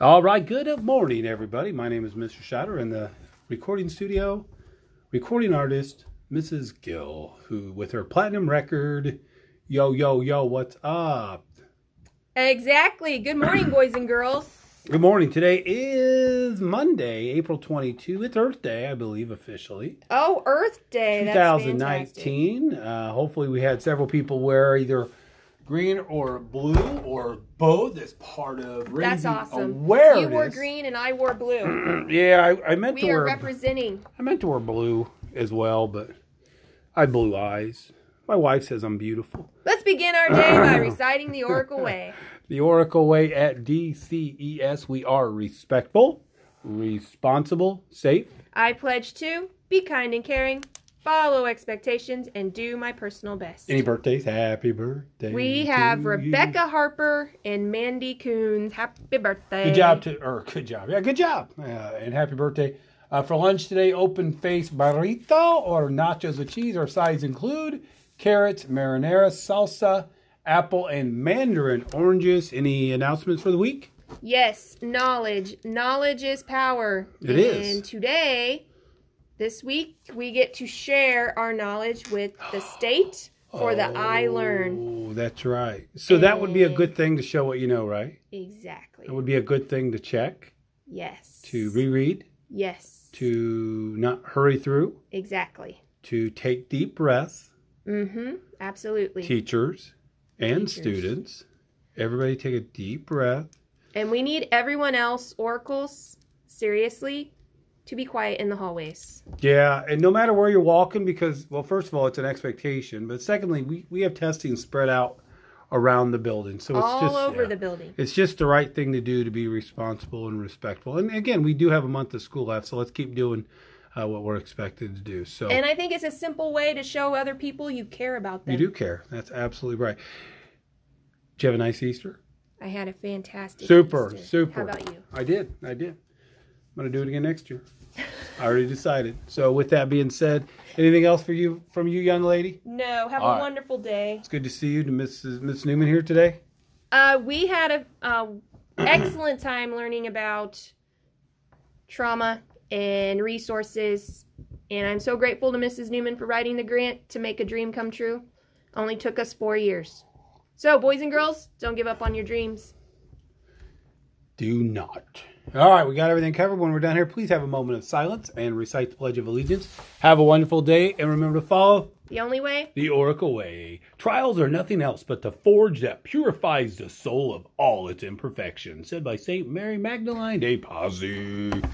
All right, good morning, everybody. My name is Mr. Shatter, and the recording studio, recording artist, Mrs. Gill, who with her platinum record, Yo, Yo, Yo, What's Up? Exactly. Good morning, boys and girls. Good morning. Today is Monday, April 22. It's Earth Day, I believe, officially. Oh, Earth Day. That's fantastic. 2019. Uh, hopefully, we had several people wear either green or blue or both as part of That's raising awesome. awareness. You wore green and I wore blue. Yeah, I, I meant to We wear. are representing. I meant to wear blue as well, but I had blue eyes. My wife says I'm beautiful. Let's begin our day by reciting the Oracle Way. The Oracle Way at DCES, we are respectful, responsible, safe. I pledge to be kind and caring, follow expectations, and do my personal best. Any birthdays? Happy birthday. We to have you. Rebecca Harper and Mandy Coons. Happy birthday. Good job to, or good job. Yeah, good job. Uh, and happy birthday. Uh, for lunch today, open face burrito or nachos with cheese. Our sides include carrots, marinara, salsa, apple, and mandarin oranges. Any announcements for the week? Yes, knowledge. Knowledge is power. It is. And today, this week, we get to share our knowledge with the state for the I Learn. Oh, that's right. So that would be a good thing to show what you know, right? Exactly. It would be a good thing to check, Yes. to reread, Yes. to not hurry through, Exactly. to take deep breaths. Mm-hmm. Absolutely. Teachers and Teachers. students, everybody take a deep breath. and we need everyone else, oracles, seriously, to be quiet in the hallways. Yeah, and no matter where you're walking, because well, first of all, it's an expectation, but secondly, we, we have testing spread out around the building, so it's All just over yeah. the building. It's just the right thing to do to be responsible and respectful. And again, we do have a month of school left, so let's keep doing uh, what we're expected to do. So And I think it's a simple way to show other people you care about them. you do care. That's absolutely right. Did you have a nice Easter? I had a fantastic Super, Easter. super. How about you? I did. I did. I'm going to do it again next year. I already decided. So with that being said, anything else for you from you, young lady? No, have All a right. wonderful day. It's good to see you to Mrs. Miss Newman here today. Uh, we had a uh, excellent time learning about trauma and resources, and I'm so grateful to Mrs. Newman for writing the grant to make a dream come true. Only took us four years. So, boys and girls, don't give up on your dreams. Do not. All right, we got everything covered. When we're done here, please have a moment of silence and recite the Pledge of Allegiance. Have a wonderful day, and remember to follow The only way the Oracle Way. Trials are nothing else but the forge that purifies the soul of all its imperfections. Said by St. Mary Magdalene de Pazzi.